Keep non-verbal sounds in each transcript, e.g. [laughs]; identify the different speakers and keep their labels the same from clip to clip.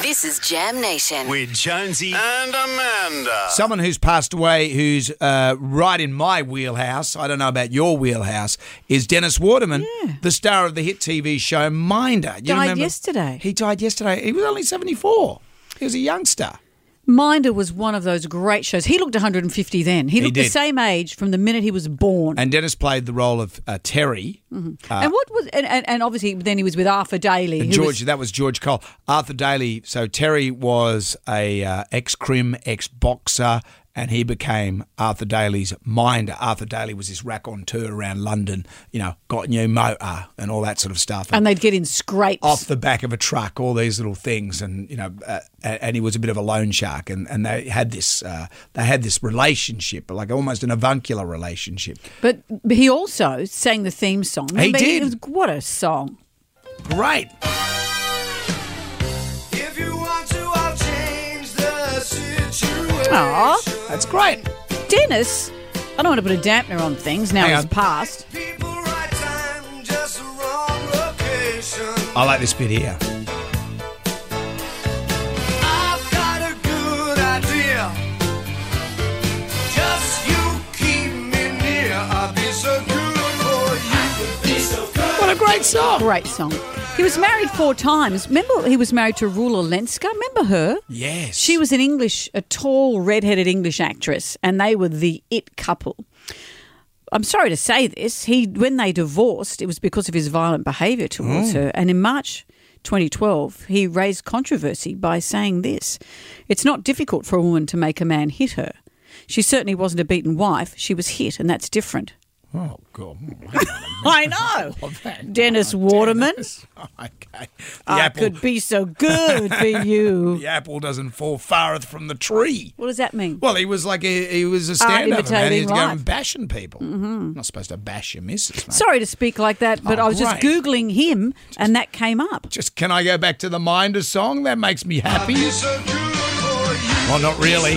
Speaker 1: This is Jam Nation.
Speaker 2: with Jonesy.
Speaker 3: and Amanda.
Speaker 4: Someone who's passed away, who's uh, right in my wheelhouse, I don't know about your wheelhouse, is Dennis Waterman, the star of the hit TV show Minder. You
Speaker 5: Died yesterday.
Speaker 4: He died yesterday. He was only 74. He was a youngster.
Speaker 5: Minder was one of those great shows. He looked 150 then. He looked the
Speaker 4: did.
Speaker 5: same age from the minute he was born.
Speaker 4: And Dennis played the role of uh, Terry.
Speaker 5: Mm-hmm. and what was and, and, and obviously then he was with Arthur Daly.
Speaker 4: And
Speaker 5: who
Speaker 4: George,
Speaker 5: was-
Speaker 4: that was George Cole. Arthur Daly. So Terry was a uh, ex crim, ex boxer, and he became Arthur Daly's minder. Arthur Daly was this raconteur around London, you know, got new motor and all that sort of stuff.
Speaker 5: and they'd get in scrapes.
Speaker 4: off the back of a truck, all these little things, and you know, uh, a- and he was a bit of a loan shark, and, and they had this uh, they had this relationship, like almost an avuncular relationship.
Speaker 5: But but he also sang the theme song. Remember,
Speaker 4: did.
Speaker 5: It was, what a song.
Speaker 4: Great.
Speaker 3: If you want to, I'll change the situation.
Speaker 5: Aw.
Speaker 4: That's great.
Speaker 5: Dennis, I don't want to put a dampener on things now
Speaker 4: Hang
Speaker 5: it's
Speaker 4: on.
Speaker 5: past.
Speaker 3: People right time, just the wrong location.
Speaker 4: I like this bit here.
Speaker 3: I've got a good idea. Just you keep me near. I'll be so good for you. be so good.
Speaker 4: What a great song.
Speaker 5: Great song. He was married four times. Remember, he was married to Rula Lenska. Remember her?
Speaker 4: Yes.
Speaker 5: She was an English, a tall, red-headed English actress, and they were the it couple. I'm sorry to say this. He, when they divorced, it was because of his violent behaviour towards her. And in March 2012, he raised controversy by saying this: "It's not difficult for a woman to make a man hit her. She certainly wasn't a beaten wife. She was hit, and that's different."
Speaker 4: Oh god. [laughs]
Speaker 5: I know. Dennis Waterman.
Speaker 4: okay. The
Speaker 5: I
Speaker 4: apple.
Speaker 5: could be so good
Speaker 4: [laughs]
Speaker 5: for you.
Speaker 4: The apple doesn't fall fareth from the tree.
Speaker 5: What does that mean?
Speaker 4: Well, he was like a, he was a stand-up man. He's
Speaker 5: Ah, imitating
Speaker 4: going
Speaker 5: life. Mm-hmm.
Speaker 4: bashing people. Not supposed to bash your missus. Mate.
Speaker 5: Sorry to speak like that, but
Speaker 4: Oh,
Speaker 5: I was just
Speaker 4: great.
Speaker 5: googling him, and that came up.
Speaker 4: Just can I go back to the Minder song? That makes me happy.
Speaker 3: So good for you.
Speaker 4: Well, not really.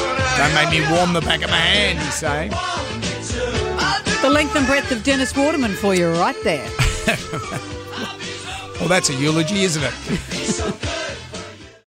Speaker 3: Gonna
Speaker 4: Don't make
Speaker 3: help
Speaker 4: me
Speaker 3: you.
Speaker 4: warm the back of my hand, he's saying.
Speaker 5: The length and breadth of Dennis Waterman for you, right there.
Speaker 4: Well, that's a eulogy, isn't it?